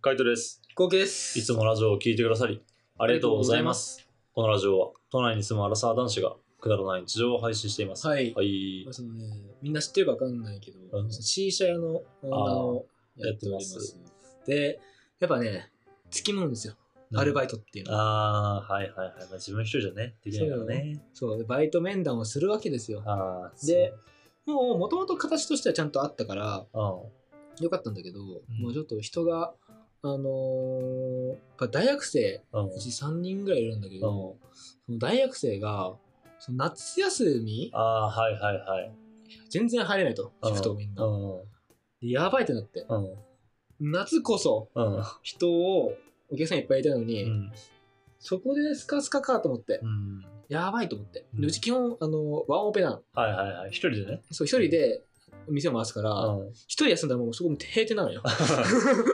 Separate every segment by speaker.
Speaker 1: カイトです。
Speaker 2: 合計です。
Speaker 1: いつもラジオを聞いてくださり、ありがとうございます。このラジオは、都内に住むアラサー男子がくだらない日常を配信しています。
Speaker 2: はい
Speaker 1: はい
Speaker 2: まあ。そのね、みんな知ってるかわかんないけど、
Speaker 1: うん
Speaker 2: C 社屋のオーナーをやっております。で、やっぱね、つきものですよ、アルバ
Speaker 1: イ
Speaker 2: イトっていう
Speaker 1: ト。
Speaker 2: のは。
Speaker 1: ああ、はいはいはい。まあ、自分一人じゃね、できないからね。
Speaker 2: そうで、バイト面談をするわけですよ。
Speaker 1: ああ、
Speaker 2: で、もう、もともと形としてはちゃんとあったから、
Speaker 1: そ
Speaker 2: よかったんだけど、
Speaker 1: ん
Speaker 2: もうちょっと人が、あのーやっぱ大学生、
Speaker 1: う。うん。うん
Speaker 2: う。ち3人ぐらいいるんだけど、
Speaker 1: うん、
Speaker 2: その大学生が、その夏休み
Speaker 1: あ、あ、はいはいはい。
Speaker 2: 全然入れないと、シフトをみんな
Speaker 1: う。ん。うん。
Speaker 2: でやばいってなって。
Speaker 1: うん。
Speaker 2: 夏こそ
Speaker 1: うん。
Speaker 2: 人をお客さんいっぱいいたのに、
Speaker 1: うん。
Speaker 2: そこでスカスカかと思って、
Speaker 1: うん。
Speaker 2: やばいと思って、
Speaker 1: うん
Speaker 2: でうち基本あのワンオペなの
Speaker 1: はいはいはい。一人でね。
Speaker 2: そう一人で店を回すから
Speaker 1: うん。
Speaker 2: 一、人休んだらもうそこも閉店なのよ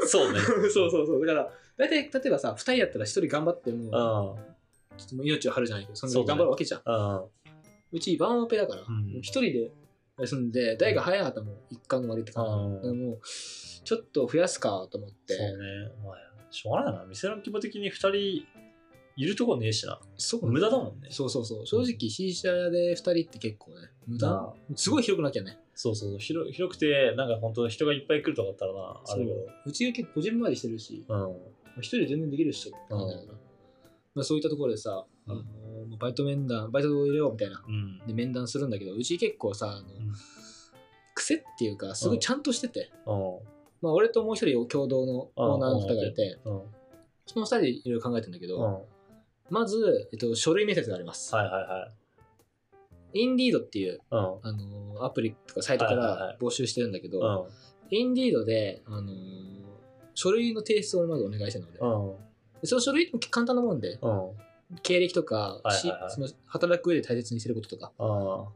Speaker 1: そうね。
Speaker 2: そうそうそうだから大体例えばさ2人やったら1人頑張ってもう,、
Speaker 1: うん。
Speaker 2: ちょっともう命を張るじゃないけどその
Speaker 1: そうだね
Speaker 2: 頑張るわけじゃんう,、
Speaker 1: うん。
Speaker 2: ちワンオペだから、
Speaker 1: ん
Speaker 2: もう1人で休んで誰が早かったらもう一貫の終わりって感じ、
Speaker 1: うん
Speaker 2: だからもうちょっと増やすかと思って
Speaker 1: そうね。まあ、しょうがないな。店の規模的に2人いるとこねえしな。
Speaker 2: そう
Speaker 1: 無駄だもんね。
Speaker 2: そうそうそう正直 C 社屋で2人って結構ね無駄
Speaker 1: なあ
Speaker 2: すごい広くなっちゃうね。
Speaker 1: そうそう広。広くて、なんか本当人がいっぱい来るとかだったらな、あ
Speaker 2: そ
Speaker 1: る
Speaker 2: う
Speaker 1: けど。
Speaker 2: うちが結構個人回りしてるし、
Speaker 1: うん。
Speaker 2: まあ一人で全然できるっしょって感じだから、まあ、そういったところでさ、
Speaker 1: うん
Speaker 2: あのーバイト面談、バイトを入れようみたいな。
Speaker 1: うん。
Speaker 2: で、面談するんだけど、うち結構さ、あの
Speaker 1: ん
Speaker 2: 癖っていうか、すごいちゃんとしてて、
Speaker 1: う
Speaker 2: まあ、俺ともう一人共同のオーナーの方がいて、
Speaker 1: ん。うん。
Speaker 2: その二人でいろいろ考えてんだけ
Speaker 1: うん。
Speaker 2: ど、
Speaker 1: はい
Speaker 2: まず、えっと、書類面接があります。
Speaker 1: はいはい。
Speaker 2: インディードっていう、
Speaker 1: うん。
Speaker 2: あのーアプリとかサイトか
Speaker 1: はいはいは
Speaker 2: ら
Speaker 1: い
Speaker 2: 募集してるんだけど、
Speaker 1: うん。
Speaker 2: インディードで、あのー書類の提出をまずお願いしてるので、
Speaker 1: うん。
Speaker 2: でその書類って簡単なもんで、
Speaker 1: うん。
Speaker 2: 経歴とか、
Speaker 1: はい
Speaker 2: し
Speaker 1: はいはい
Speaker 2: その働く上で大切にしてることとか、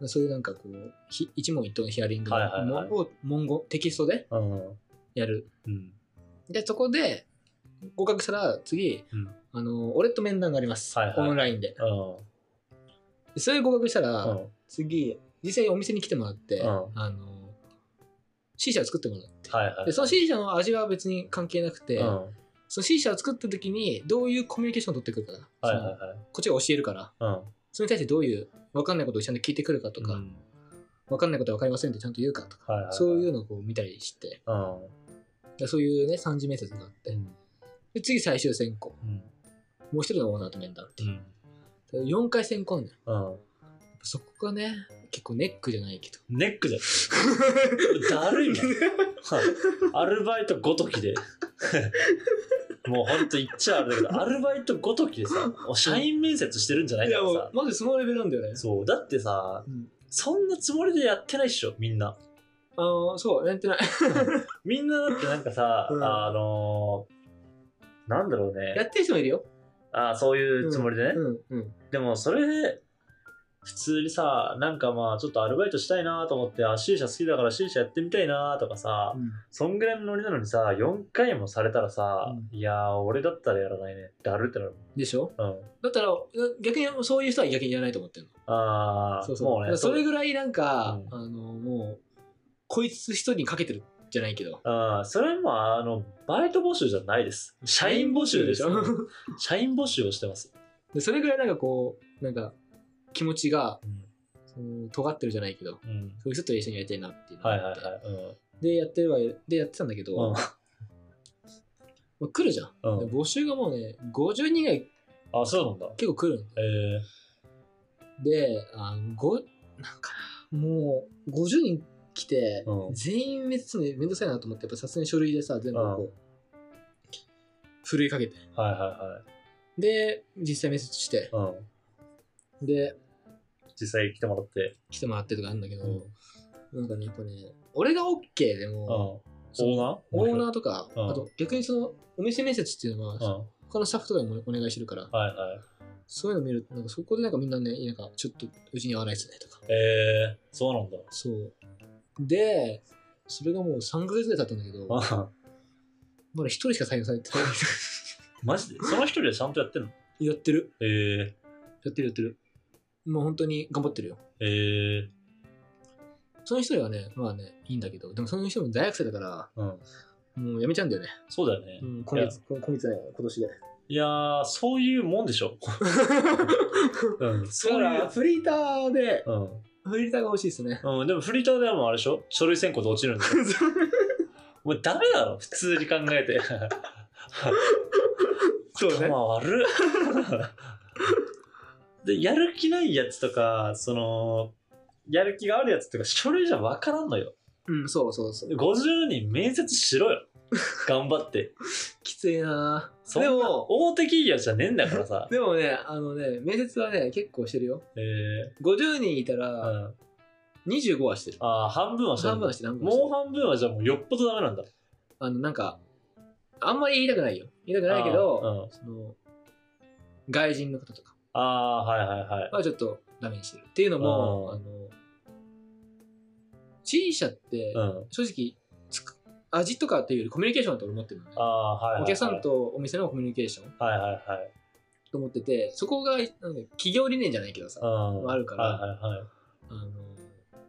Speaker 1: うん。
Speaker 2: そういうなんかこう、ひ一問一答のヒアリング
Speaker 1: はいはいはい
Speaker 2: を文言、テキストで
Speaker 1: うん。
Speaker 2: やる。
Speaker 1: うん。
Speaker 2: で、そこで合格したら次、
Speaker 1: うん
Speaker 2: あの、俺と面談があります。
Speaker 1: はいはい
Speaker 2: オンラインで。
Speaker 1: うん。
Speaker 2: でそれで合格したら、
Speaker 1: うん。
Speaker 2: 次、実際お店に来てもらって、
Speaker 1: うん
Speaker 2: あの、C 社を作ってもらって。
Speaker 1: はいはい。
Speaker 2: で、その C 社の味は別に関係なくて、
Speaker 1: うん。
Speaker 2: その C 社を作った時にどういうコミュニケーションを取ってくるかな。
Speaker 1: はい
Speaker 2: その
Speaker 1: は
Speaker 2: こっちが教えるから、
Speaker 1: いはい。
Speaker 2: それに対してどういう分かんないことをちゃんと聞いてくるか
Speaker 1: う
Speaker 2: と
Speaker 1: ん。
Speaker 2: か、
Speaker 1: うん
Speaker 2: 分かんないことは分かりませんってちゃんと言うかとか、
Speaker 1: はいはいはい。。
Speaker 2: そういううのをこう見たりして
Speaker 1: うん。
Speaker 2: でそういうね3次面接があって、
Speaker 1: うん。
Speaker 2: で次最終選考
Speaker 1: うん。
Speaker 2: もう一人のオーナーと面談って
Speaker 1: う
Speaker 2: い
Speaker 1: ん。
Speaker 2: う、4回選考あんのよ
Speaker 1: うん。
Speaker 2: やっぱそこがね結構ネックじゃないけど
Speaker 1: ネックじゃん。 だるいな。アルバイトごときで。 もうほんと言っちゃあれだけど、アルバイトごときでさ、もう社員面接してるんじゃない
Speaker 2: い
Speaker 1: か
Speaker 2: や
Speaker 1: ら
Speaker 2: も
Speaker 1: さ
Speaker 2: う。マジそのレベルなんだよね
Speaker 1: そう、だってさ、
Speaker 2: うん
Speaker 1: そんなつもりでやってないっしょ、みんな。
Speaker 2: あのそうやってない
Speaker 1: みんなだってなんかさ、
Speaker 2: うん
Speaker 1: あのーなんだろう
Speaker 2: や
Speaker 1: ね。
Speaker 2: ってる人もいるよ
Speaker 1: あーそういうつもりでね。
Speaker 2: うんうん
Speaker 1: でもそれで、普通にさ、なんかまあちょっとアルバイトしたいなと思って、あ、C 社好きだから C 社やってみたいなとかさ、そんぐらいのノリなのにさ、4回もされたらさ、いやー、俺だったらやらないねってあるってなる
Speaker 2: でしょ
Speaker 1: もん。うん。
Speaker 2: だったら逆にそういう人は逆にやらないと思ってるの
Speaker 1: あー、
Speaker 2: そうそう
Speaker 1: もう
Speaker 2: だか
Speaker 1: ね。
Speaker 2: らそれぐらいなんか、
Speaker 1: う
Speaker 2: あのもうこいつ一人にかけてるじゃないけど
Speaker 1: あーそれも、あの、バイト募集じゃないです。社員募集です。
Speaker 2: ょ
Speaker 1: 社員募集をしてます。
Speaker 2: でそれぐらいなんかこうなんか気持ちが
Speaker 1: うん。
Speaker 2: その尖ってるじゃないけど
Speaker 1: うん。
Speaker 2: そういう人と一緒にやりたいなっていうのが
Speaker 1: は
Speaker 2: あ
Speaker 1: い
Speaker 2: っ
Speaker 1: はい
Speaker 2: て、
Speaker 1: はい。
Speaker 2: でやってるわでやってたんだけど、
Speaker 1: うん。
Speaker 2: まあ来るじゃん、
Speaker 1: うん。うん、
Speaker 2: で募集がもうね50人ぐらい
Speaker 1: あ、そうなんだ。
Speaker 2: 結構来るん
Speaker 1: えー、
Speaker 2: であのごなんかもう50人来て、
Speaker 1: うん
Speaker 2: 全員めつめんどくさいなと思ってやっぱさすがに書類でさ全部こう、ふるいかけて
Speaker 1: はいは
Speaker 2: で実際面接して
Speaker 1: いはい。うん。
Speaker 2: で
Speaker 1: 実際来てもらって。
Speaker 2: 来てもらってとかあるんだけど、
Speaker 1: うん。
Speaker 2: なんかねやっぱね俺が OK でも、
Speaker 1: オ
Speaker 2: そう
Speaker 1: ーナー
Speaker 2: オーナーとか、
Speaker 1: うん
Speaker 2: あと逆にそのお店面接っていうのは、
Speaker 1: うん。は
Speaker 2: 他のスタッフとかにもお願いしてるから、
Speaker 1: いはい。
Speaker 2: そういうの見ると、なんかそこでなんかみんなね、なんかちょっとうちに合わないですねとか。
Speaker 1: えー、そうなんだ。
Speaker 2: そう。で、それがもう3ヶ月ぐらい経ったんだけど、ま
Speaker 1: あ
Speaker 2: だ1人しか採用されてな
Speaker 1: マジでその一人でちゃんとやってんの
Speaker 2: い。やってる。
Speaker 1: えー、
Speaker 2: やってるやってる。もう本当に頑張ってるよ。
Speaker 1: えー、
Speaker 2: その一人はね、まあね、いいんだけど、でもその人も大学生だか
Speaker 1: う
Speaker 2: ら、
Speaker 1: ん。
Speaker 2: もうやめちゃうんだよね。
Speaker 1: そうだよね。
Speaker 3: うん今月、今月ね、今年で。
Speaker 1: いやー、そういうもんでし ょ。うん。
Speaker 2: そう
Speaker 1: だか
Speaker 2: いう
Speaker 1: ら
Speaker 2: フリーターで、
Speaker 1: う
Speaker 2: フリーターが欲しいです ね。
Speaker 1: ん。うん、でもフリーターでもあれでしょ書類選考で落ち るんでしょもうダメだろ、普通に考えて。
Speaker 2: そうね。
Speaker 1: 頭悪っで、やる気ないやつとか、その、やる気があるやつとか、書類じゃ分からんのよ。
Speaker 2: うん、そうそうそう。
Speaker 1: 50人面接しろよ。頑張って。
Speaker 2: きついなぁ
Speaker 1: そん
Speaker 2: で
Speaker 1: な
Speaker 2: も、。
Speaker 1: 大手企業じゃねえんだからさ
Speaker 2: でもね、あのね、面接はね、結構してるよ。
Speaker 1: えー
Speaker 2: 50人いた
Speaker 1: う
Speaker 2: ら、
Speaker 1: ん、
Speaker 2: 25はしてる。
Speaker 1: ああ、半分はしない
Speaker 2: 半分はしてる、半分はし
Speaker 1: も
Speaker 2: てる
Speaker 1: う。半分はじゃあもうよっぽどダメなんだ。
Speaker 2: あの、なんか、あんまり言いたくないよ。言いたくないけ
Speaker 1: あ
Speaker 2: ど、
Speaker 1: ー、うん
Speaker 2: その、外人の方とか
Speaker 1: あー、はいはいはい。
Speaker 2: はちょっとダメにしてる。っていうのも、
Speaker 1: あ
Speaker 2: あ
Speaker 1: ー
Speaker 2: の、C 社って、
Speaker 1: うん。
Speaker 2: 正直つく味とかっていうよりコミュニケーションだと俺思ってるのね
Speaker 1: ああー、はいはいはい。
Speaker 2: お客さん。とお店のコミュニケーション
Speaker 1: はいはいはい。
Speaker 2: と思っててそこがなんか企業理念じゃないけどさ
Speaker 1: うん。
Speaker 2: あるから
Speaker 1: はいはいはい。
Speaker 2: あの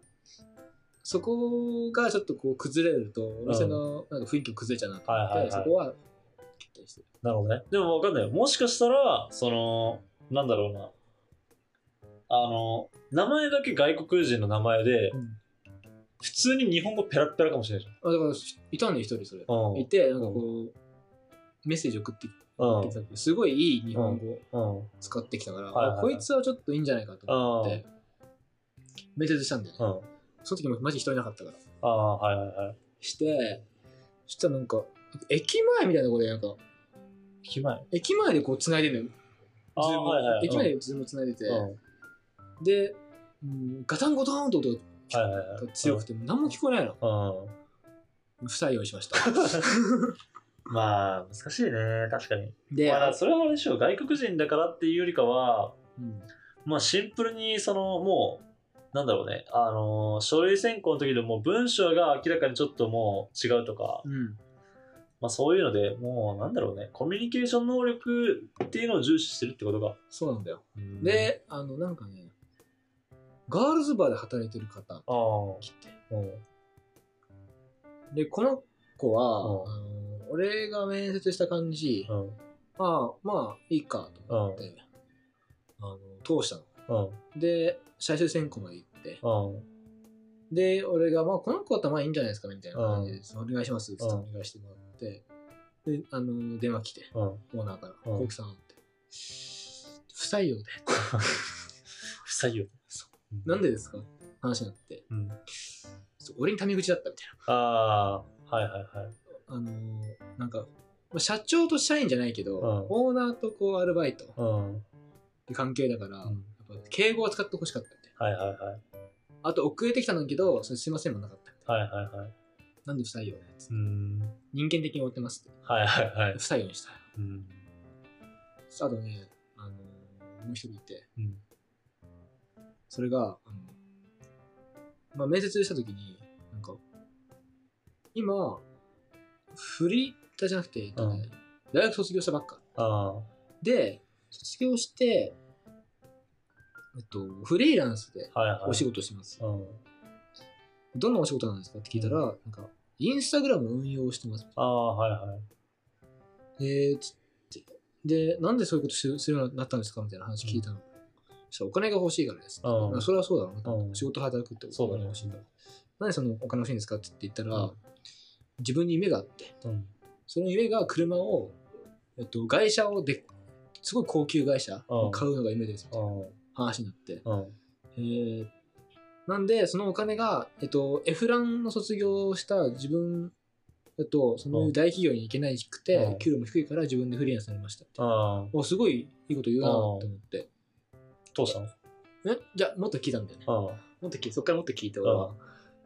Speaker 2: そこがちょっとこう崩れるとお店のなんか雰囲気も崩れちゃうなと思って、
Speaker 1: はいはいはい
Speaker 2: そこは切ったりしてる
Speaker 1: なるほどね。でも分かんないよ。もしかしたら、その、なんだろうな。あの、名前だけ外国人の名前で、普通に日本語ペラッペラかもしれないじ
Speaker 2: あだからいたんだよ一人それ
Speaker 1: ゃん。うん。
Speaker 2: いてなんかこうメッセージ送ってきて
Speaker 1: うん。
Speaker 2: たけどすごいいい日本語
Speaker 1: う
Speaker 2: を
Speaker 1: ん。
Speaker 2: 使ってきたか
Speaker 1: は
Speaker 2: ら、
Speaker 1: いはいはい
Speaker 2: あこいつはちょっといいんじゃないかと思
Speaker 1: う
Speaker 2: っ
Speaker 1: ん。
Speaker 2: て面接したんだよね
Speaker 1: うん。
Speaker 2: その時もマジ人いなかったから
Speaker 1: ああ、はいはいはい。
Speaker 2: して、そしたらなんか、駅前みたいなとこで、なんか、
Speaker 1: 駅前。
Speaker 2: 駅前でこう繋いでるのよ。
Speaker 1: あ
Speaker 2: ズー
Speaker 1: あ、
Speaker 2: ム
Speaker 1: はいはい。
Speaker 2: 駅前でズーム繋いでて、
Speaker 1: うん。うん
Speaker 2: で、うん、ガタンゴトーンと音
Speaker 1: はいはいはい
Speaker 2: が。強くて、何も聞こえないの。
Speaker 1: うん。
Speaker 2: 不採用にし ました。
Speaker 1: まあ、難しいね。確かに。
Speaker 2: で、
Speaker 1: まあ、それはあれでしょう。外国人だからっていうよりかは、
Speaker 2: うん
Speaker 1: まあシンプルにそのもうなんだろうねあのー書類選考の時でもう文章が明らかにちょっともう違うとか、
Speaker 2: うん、
Speaker 1: まあ、そういうのでもうなんだろうねコミュニケーション能力っていうのを重視してるってことが、
Speaker 2: そうなんだよ。
Speaker 1: うん
Speaker 2: で、あの、なんかね、ガールズバーで働いてる方
Speaker 1: ああ
Speaker 2: 来て、
Speaker 1: うん
Speaker 2: で、この子は、
Speaker 1: うん
Speaker 2: あの俺が面接した感じ、
Speaker 1: うん
Speaker 2: ああ、まあ、いいかと思って、あの通したの。
Speaker 1: うん
Speaker 2: で、最終選考まで行って、
Speaker 1: うん
Speaker 2: で、俺が、まあ、この子だったらまあいいんじゃないですかね、みたいな感じ
Speaker 1: う
Speaker 2: で、お願いします、つって
Speaker 1: うん
Speaker 2: お願いしてもらって、で、あの、電話来て、
Speaker 1: うん
Speaker 2: オーナーから、
Speaker 1: うん
Speaker 2: コウキさんって、不採用で、
Speaker 1: 不採用
Speaker 2: なんでですか話になって、
Speaker 1: うん
Speaker 2: そう俺にタメ口だったみたい
Speaker 1: ああはいはいはい
Speaker 2: な。あのなんか、まあ社長と社員じゃないけど、
Speaker 1: うん
Speaker 2: オーナーとこう、アルバイトっ
Speaker 1: うん
Speaker 2: て関係だか
Speaker 1: う
Speaker 2: ら、や
Speaker 1: ん
Speaker 2: っぱ敬語を使ってほしかったみたいな。
Speaker 1: はいはいはい
Speaker 2: あと、遅れてきたんだけど、それすいませんもなかったみたい
Speaker 1: はいはいはい
Speaker 2: な。なんで不採用で、つって
Speaker 1: うん
Speaker 2: 人間的に追ってますって。
Speaker 1: はいはいはい
Speaker 2: 不採用にした。
Speaker 1: うん
Speaker 2: あとね、あのもう一人いて、
Speaker 1: うん
Speaker 2: それが、あのまあ、面接したときに、なんか、今、フリーターじゃなくて、えっとね大学卒業したばっか。
Speaker 1: あ
Speaker 2: で、卒業して、えっと、フリーランスで
Speaker 1: あはいはい
Speaker 2: お仕事してます。
Speaker 1: うん
Speaker 2: どんなお仕事なんですかって聞いたら、なんか、インスタグラム運用してます。
Speaker 1: ああはいはい
Speaker 2: えー、つって。で、なんでそういうことするするようになったんですかみたいな話聞いたの。そしたらお金が欲しいからです。
Speaker 1: うん
Speaker 2: まあそれはそうだろうなと思って、
Speaker 1: うん
Speaker 2: 仕事働くってこと
Speaker 1: そう
Speaker 2: お
Speaker 1: だね
Speaker 2: 金欲しいんだ。なんでそのお金欲しいんですかって言ったら、
Speaker 1: うん
Speaker 2: 自分に夢があって、
Speaker 1: うん
Speaker 2: その夢が車を、えっと、外車をで、すごい高級外車を買うのが夢ですみたいな
Speaker 1: うん
Speaker 2: 話になって、
Speaker 1: うん
Speaker 2: えーなんで、そのお金が、えっと、エフランの卒業をした自分だと、その大企業に行けないくて、
Speaker 1: うん
Speaker 2: 給料も低いから自分でフリーランスになりましたって。
Speaker 1: ああ、
Speaker 2: お、すごいいいこと言うなと思って。
Speaker 1: どうしたの
Speaker 2: えじゃあ、もっと聞いたんだよね。
Speaker 1: あ
Speaker 2: もっと聞いそっからもっと聞いて、俺は。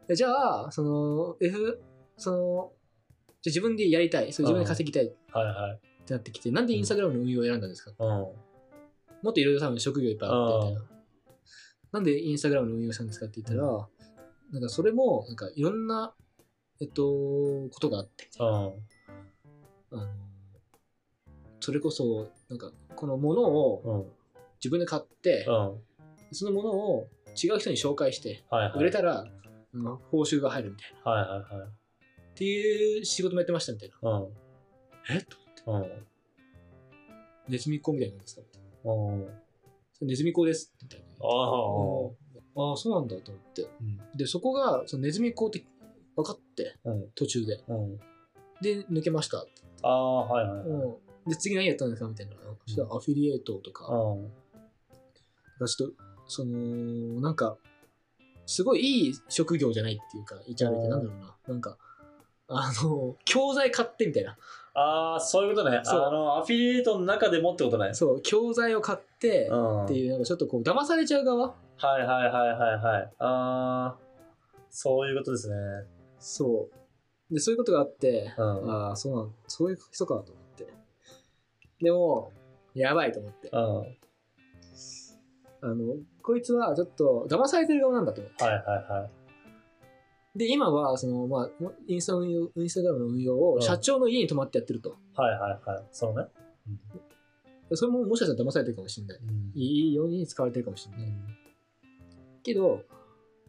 Speaker 2: えじゃあ、その、F、その、じゃあ自分でやりたい、それ自分で稼ぎたいっ
Speaker 1: あ、はいはい。
Speaker 2: てなってきて、なんでインスタグラムの運用を選んだんですか
Speaker 1: うん。
Speaker 2: もっといろいろ多分職業いっぱいあってみた
Speaker 1: あ
Speaker 2: いな。なんでインスタグラムの運用したんですかって言ったら、なんかそれも、なんかいろんな、えっと、ことがあって、
Speaker 1: うん。
Speaker 2: あの、それこそ、なんか、このものを
Speaker 1: うん。
Speaker 2: 自分で買って
Speaker 1: う、ん。
Speaker 2: そのものを違う人に紹介して、
Speaker 1: はいはい。
Speaker 2: 売れたら、うん報酬が入るみたい
Speaker 1: はいはいはい。
Speaker 2: な。っていう仕事もやってましたみたいな。
Speaker 1: うん。
Speaker 2: えと
Speaker 1: うん。
Speaker 2: ネズミ子みたいなんですかって
Speaker 1: うん。
Speaker 2: それネズミ子です。みたいな。
Speaker 1: ああ。
Speaker 2: ああ、そうなんだと思って。
Speaker 1: うん。
Speaker 2: で、そこが、そのネズミ子って分かって、
Speaker 1: うん。
Speaker 2: 途中で。
Speaker 1: うん。
Speaker 2: で、抜けました。
Speaker 1: ああ、はいはい。うん。
Speaker 2: うん、で、次何やったんですかみたいな。そしたらアフィリエイトとか、だからちょっと、その、なんか、すごいいい職業じゃないっていうか、言っちゃ悪いけど、なんだろうな。なんか、あの、教材買ってみたいな。
Speaker 1: ああ、そういうことね。あ
Speaker 2: そう
Speaker 1: の、アフィリエイトの中でもってことね。
Speaker 2: そう、教材を買って
Speaker 1: う、ん。
Speaker 2: っていう、なんかちょっとこう、騙されちゃう側
Speaker 1: はいはいはいはいはい。ああ、そういうことですね。
Speaker 2: そう。で、そういうことがあって、
Speaker 1: うん。うん。
Speaker 2: ああ、そうなん、そういう人かと思って。でも、やばいと思って。
Speaker 1: はい
Speaker 2: あの、こいつはちょっと騙されてる側なんだと思って。
Speaker 1: はいはい。
Speaker 2: で、今は、その、まあ、インスタの運用、インスタグラムの運用
Speaker 1: うん
Speaker 2: を社長の家に泊まってやってると。
Speaker 1: はいはいはい。そうね。
Speaker 2: それももしかしたら騙されてるかもしれない。
Speaker 1: うん
Speaker 2: いいように使われてるかもしれ
Speaker 1: う
Speaker 2: ない。
Speaker 1: ん
Speaker 2: けど、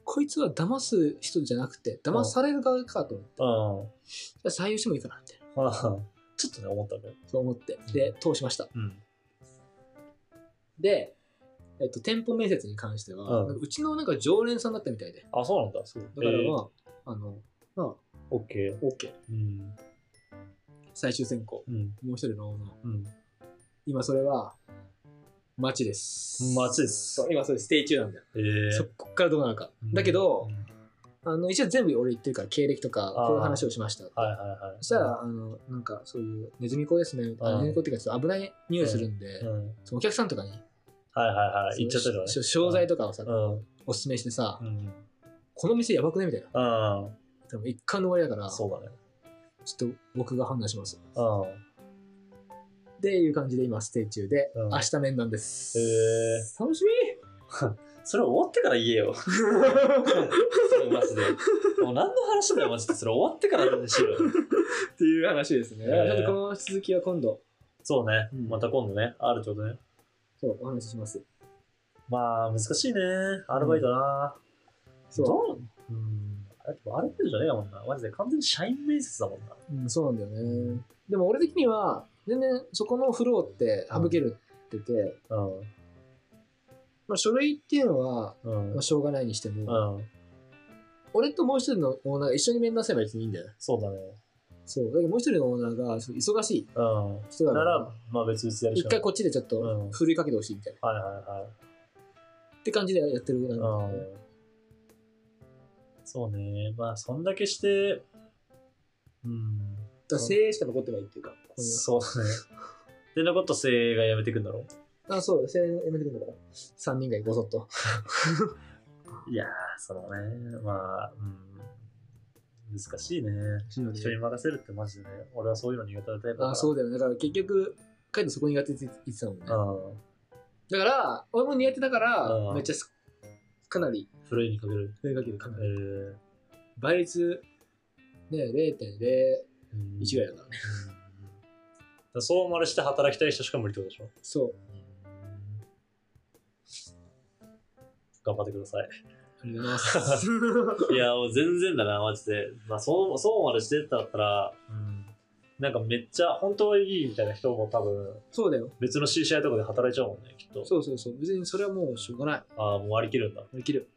Speaker 2: こいつは騙す人じゃなくて、騙される側かと思っ
Speaker 1: う
Speaker 2: て。
Speaker 1: ん。
Speaker 2: じゃあ採用してもいいかなって。
Speaker 1: うんちょっとね、思ったね。
Speaker 2: そう思って。で、通しました。
Speaker 1: うん。
Speaker 2: で、えっと、店舗面接に関しては、
Speaker 1: うん
Speaker 2: なんかうちのなんか常連さんだったみたいで。
Speaker 1: あ、そうなんだ。そう
Speaker 2: だから
Speaker 1: えー
Speaker 2: まあ、あの、まあ、
Speaker 1: オッケ
Speaker 2: OK。
Speaker 1: ー。うん。
Speaker 2: 最終選考。
Speaker 1: うん。
Speaker 2: もう一人の女の
Speaker 1: うん。
Speaker 2: 今それは、街です。
Speaker 1: 街です
Speaker 2: そう今それステイ中なんだよ。
Speaker 1: えー
Speaker 2: そこっからどうなるか。だけど、あの、一応全部俺言ってるから、経歴とか、
Speaker 1: あー
Speaker 2: こういう話をしました。
Speaker 1: はいはいはい。
Speaker 2: そしたら、あの、なんか、そういう、ネズミ子ですね。
Speaker 1: う
Speaker 2: あ
Speaker 1: ん
Speaker 2: ネズミ子っていうか、ちょっと危ない匂いするんで、
Speaker 1: うん、
Speaker 2: そのお客さんとかに、
Speaker 1: はいはいはい。言っちゃってるわね
Speaker 2: し。商材とかをさ、
Speaker 1: うん。
Speaker 2: おすすめしてさ、
Speaker 1: うん。
Speaker 2: この店やばくねみたいな。
Speaker 1: うん。
Speaker 2: でも一貫の終わりだから、ちょ
Speaker 1: そうだね。
Speaker 2: っと僕が判断します。
Speaker 1: うん。
Speaker 2: っていう感じで今、ステイ中で、
Speaker 1: うん
Speaker 2: 明日面談です。
Speaker 1: へ
Speaker 2: 楽しみ
Speaker 1: それ終わってから言えよ。それマジで。もう何の話だよ、マジで。それ終わってからにしろよ。
Speaker 2: って いう話ですね。
Speaker 1: へ
Speaker 2: ち
Speaker 1: ー
Speaker 2: ょっとこの続きは今度、
Speaker 1: そうね。
Speaker 2: うん
Speaker 1: また今度ね。あるってことね。
Speaker 2: そう、お話しします。
Speaker 1: まあ、難しいね。アルバイトな。
Speaker 2: そ
Speaker 1: どううん。あれアルバイトじゃねえやもんな。マジで完全に社員面接だもんな。
Speaker 2: う、うん、そうなんだよね。でも俺的には、全然そこのフローって省けるってて、
Speaker 1: うん。
Speaker 2: まあ書類っていうのは、
Speaker 1: うん
Speaker 2: まあ、。しょうがないにしても、
Speaker 1: うん。
Speaker 2: 俺ともう一人のオーナーが一緒に面談すれば別にいいんだよね。
Speaker 1: そうだね。
Speaker 2: そう。だけどもう一人のオーナーがそう忙しい
Speaker 1: うん。
Speaker 2: 人だか
Speaker 1: な
Speaker 2: ら、
Speaker 1: ら、まあ別々でやるし
Speaker 2: 一
Speaker 1: かない。
Speaker 2: 回こっちでちょっ
Speaker 1: う
Speaker 2: と
Speaker 1: ん
Speaker 2: ふるいかけてほしいみたいな。
Speaker 1: はいはいはい。
Speaker 2: って感じでやってるなんだよね
Speaker 1: うんそうね。まあ、そんだけして、うん。
Speaker 2: だから精鋭しか残ってないっていうか、ここには
Speaker 1: そうだね。で、残った精鋭が辞めてくんだろ
Speaker 2: あ、そう、精鋭やめてくんだから。3人がごそっと。
Speaker 1: いやー、そのね、まあ、うん。難しいね。人に任せるってマジでね、俺はそういうの苦手なタイプだから。。
Speaker 2: あ、そううだよね。だから結局、カイトそこ苦手って言ってたもんね。
Speaker 1: うん。
Speaker 2: だから、俺も苦手だから
Speaker 1: う、ん
Speaker 2: めっちゃすかなり
Speaker 1: ふるいにかける。
Speaker 2: 増えかける
Speaker 1: え
Speaker 2: かなり。
Speaker 1: ー
Speaker 2: 倍率、ね、0.01
Speaker 1: うん
Speaker 2: ぐらいだからね。
Speaker 1: うんだからそうまでして働きたい人しか無理ってことでしょ
Speaker 2: そう。
Speaker 1: 頑張ってください。
Speaker 2: ありがとうございます。
Speaker 1: いや、もう全然だな、マジで。まあ、そう、そうまでしてたったら、うん、なんかめっちゃ、本当はいいみたいな人も多分、
Speaker 2: そうだよ。
Speaker 1: 別の C 社とかで働いちゃうもんね、きっと。
Speaker 2: そうそうそう。別にそれはもうしょうがない。
Speaker 1: ああ、もう割り切るんだ。
Speaker 2: できる。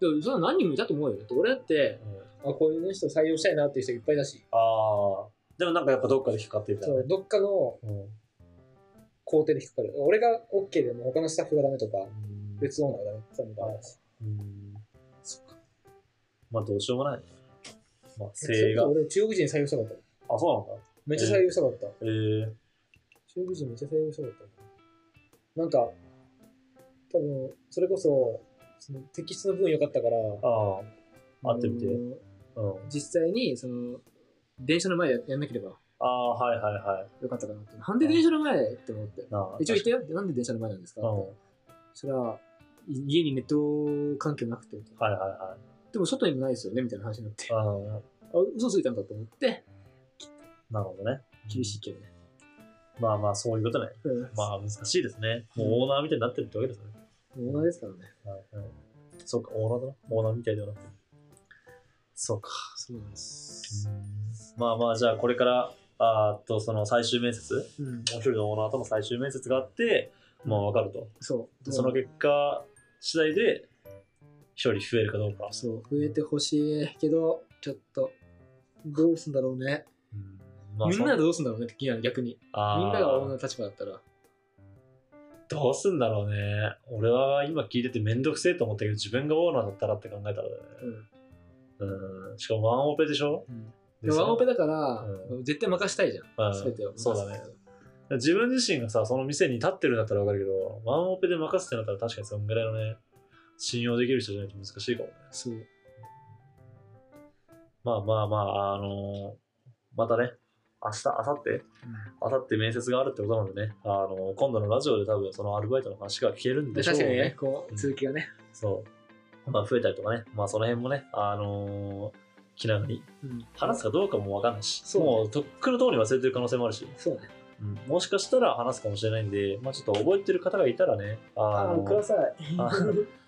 Speaker 2: でも、それは何人もいたと思うよ。だって俺だって、
Speaker 1: うん
Speaker 2: あこういう人採用したいなっていう人いっぱいだし、
Speaker 1: ああ、でもなんかやっぱどっかで引っかかってるみたい
Speaker 2: そ
Speaker 1: な
Speaker 2: う。どっかの
Speaker 1: うん
Speaker 2: 工程で引っかかる。俺が OK でも他のスタッフがダメとか、別オーナーがダメとかみたいな話。
Speaker 1: うん。そっか。まあ、どうしようもない。まあ、
Speaker 2: そ
Speaker 1: 精
Speaker 2: れ
Speaker 1: 鋭
Speaker 2: こそ
Speaker 1: が。
Speaker 2: 俺中国人採用したかった。
Speaker 1: あ、そう
Speaker 2: めっちゃ採用したかった。
Speaker 1: なんだ。ええ
Speaker 2: 中国人めっちゃ採用したかったな。なんか、多分、それこそ、そのテキストの分良かったから、
Speaker 1: ああ、会ってみて。
Speaker 2: あ
Speaker 1: う
Speaker 2: の
Speaker 1: ん。
Speaker 2: 実際に、その、電車の前ややんなければ
Speaker 1: ああ、はいはいはい。
Speaker 2: よかったかなって。なんで電車の前って思って。
Speaker 1: なあ。
Speaker 2: 一応言ってよ。なんで電車の前なんですか
Speaker 1: うん。はい
Speaker 2: そしたら、い家にネット環境なくて。
Speaker 1: はいは
Speaker 2: でも外にもないですよねみたいな話になって。
Speaker 1: い。
Speaker 2: あ、
Speaker 1: うん。
Speaker 2: 嘘ついたんだと思って、
Speaker 1: なるほどね。
Speaker 2: 厳しいけどね。
Speaker 1: まあまあ、そういうことね。
Speaker 2: うん。
Speaker 1: まあ、難しいですね。もうオーナーみたいになってるってわけですね。
Speaker 2: もう同じですからね。
Speaker 1: はいはいそうか、オーナーだな。オーナーみたいではなくて。そうか。
Speaker 2: そうなんです。
Speaker 1: まあまあ、じゃあこれから、あーっと、その最終面接、も
Speaker 2: うん
Speaker 1: う一人のオーナーとの最終面接があって、まあ分かると。
Speaker 2: そう。
Speaker 1: その結果次第で、一人増えるかどうか。
Speaker 2: そう、増えてほしいけど、ちょっと、どうすんだろうね。
Speaker 1: うんまあ
Speaker 2: みん
Speaker 1: そ
Speaker 2: なでどうすんだろうねって気になる、逆に。
Speaker 1: あー
Speaker 2: みんなが俺の立場だったら。
Speaker 1: どうすんだろうね。俺は今聞いててめんどくせえと思ったけど、自分がオーナーだったらって考えたらだよね。
Speaker 2: うん
Speaker 1: うん。しかもワンオペでしょ
Speaker 2: でもワンオペだから、
Speaker 1: う
Speaker 2: 絶対任したいじゃん。
Speaker 1: うん
Speaker 2: すべてを。
Speaker 1: そうだね。自分自身がさ、その店に立ってるんだったらわかるけど、ワンオペで任せてなったら確かにそんぐらいのね、信用できる人じゃないと難しいかもね。
Speaker 2: そう。
Speaker 1: まあまあまあ、あのーまたね、明日、明後日明後日面接があるってことなんでね、あのー今度のラジオで多分そのアルバイトの話が聞けるんで
Speaker 2: で
Speaker 1: しょう
Speaker 2: 確かにね、こ
Speaker 1: う
Speaker 2: う、
Speaker 1: ん
Speaker 2: 続きがね。
Speaker 1: そう。まあ増えたりとかね、まあその辺もね、あのー気長に
Speaker 2: うん
Speaker 1: 話すかどうかもわかんないし、
Speaker 2: そうね
Speaker 1: もうとっくの通り忘れてる可能性もあるし、
Speaker 2: そうね。
Speaker 1: うんもしかしたら話すかもしれないんで、まあちょっと覚えてる方がいたらね、あの
Speaker 2: ください。
Speaker 1: あ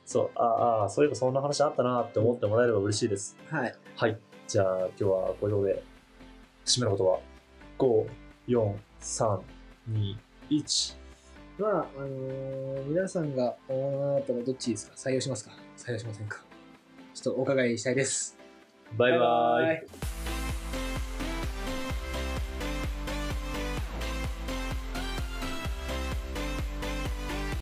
Speaker 1: そう、ああ、そういえばそんな話あったなって思ってもらえれば嬉しいです。
Speaker 2: はい。
Speaker 1: はい。じゃあ今日はこれでで、締めのことは、5、4、3、2、1。
Speaker 2: まあ、あのー皆さんがオーナーだったらどっちですか採用しますか採用しませんかちょっとお伺いしたいです。
Speaker 1: バイバイ。
Speaker 2: イ。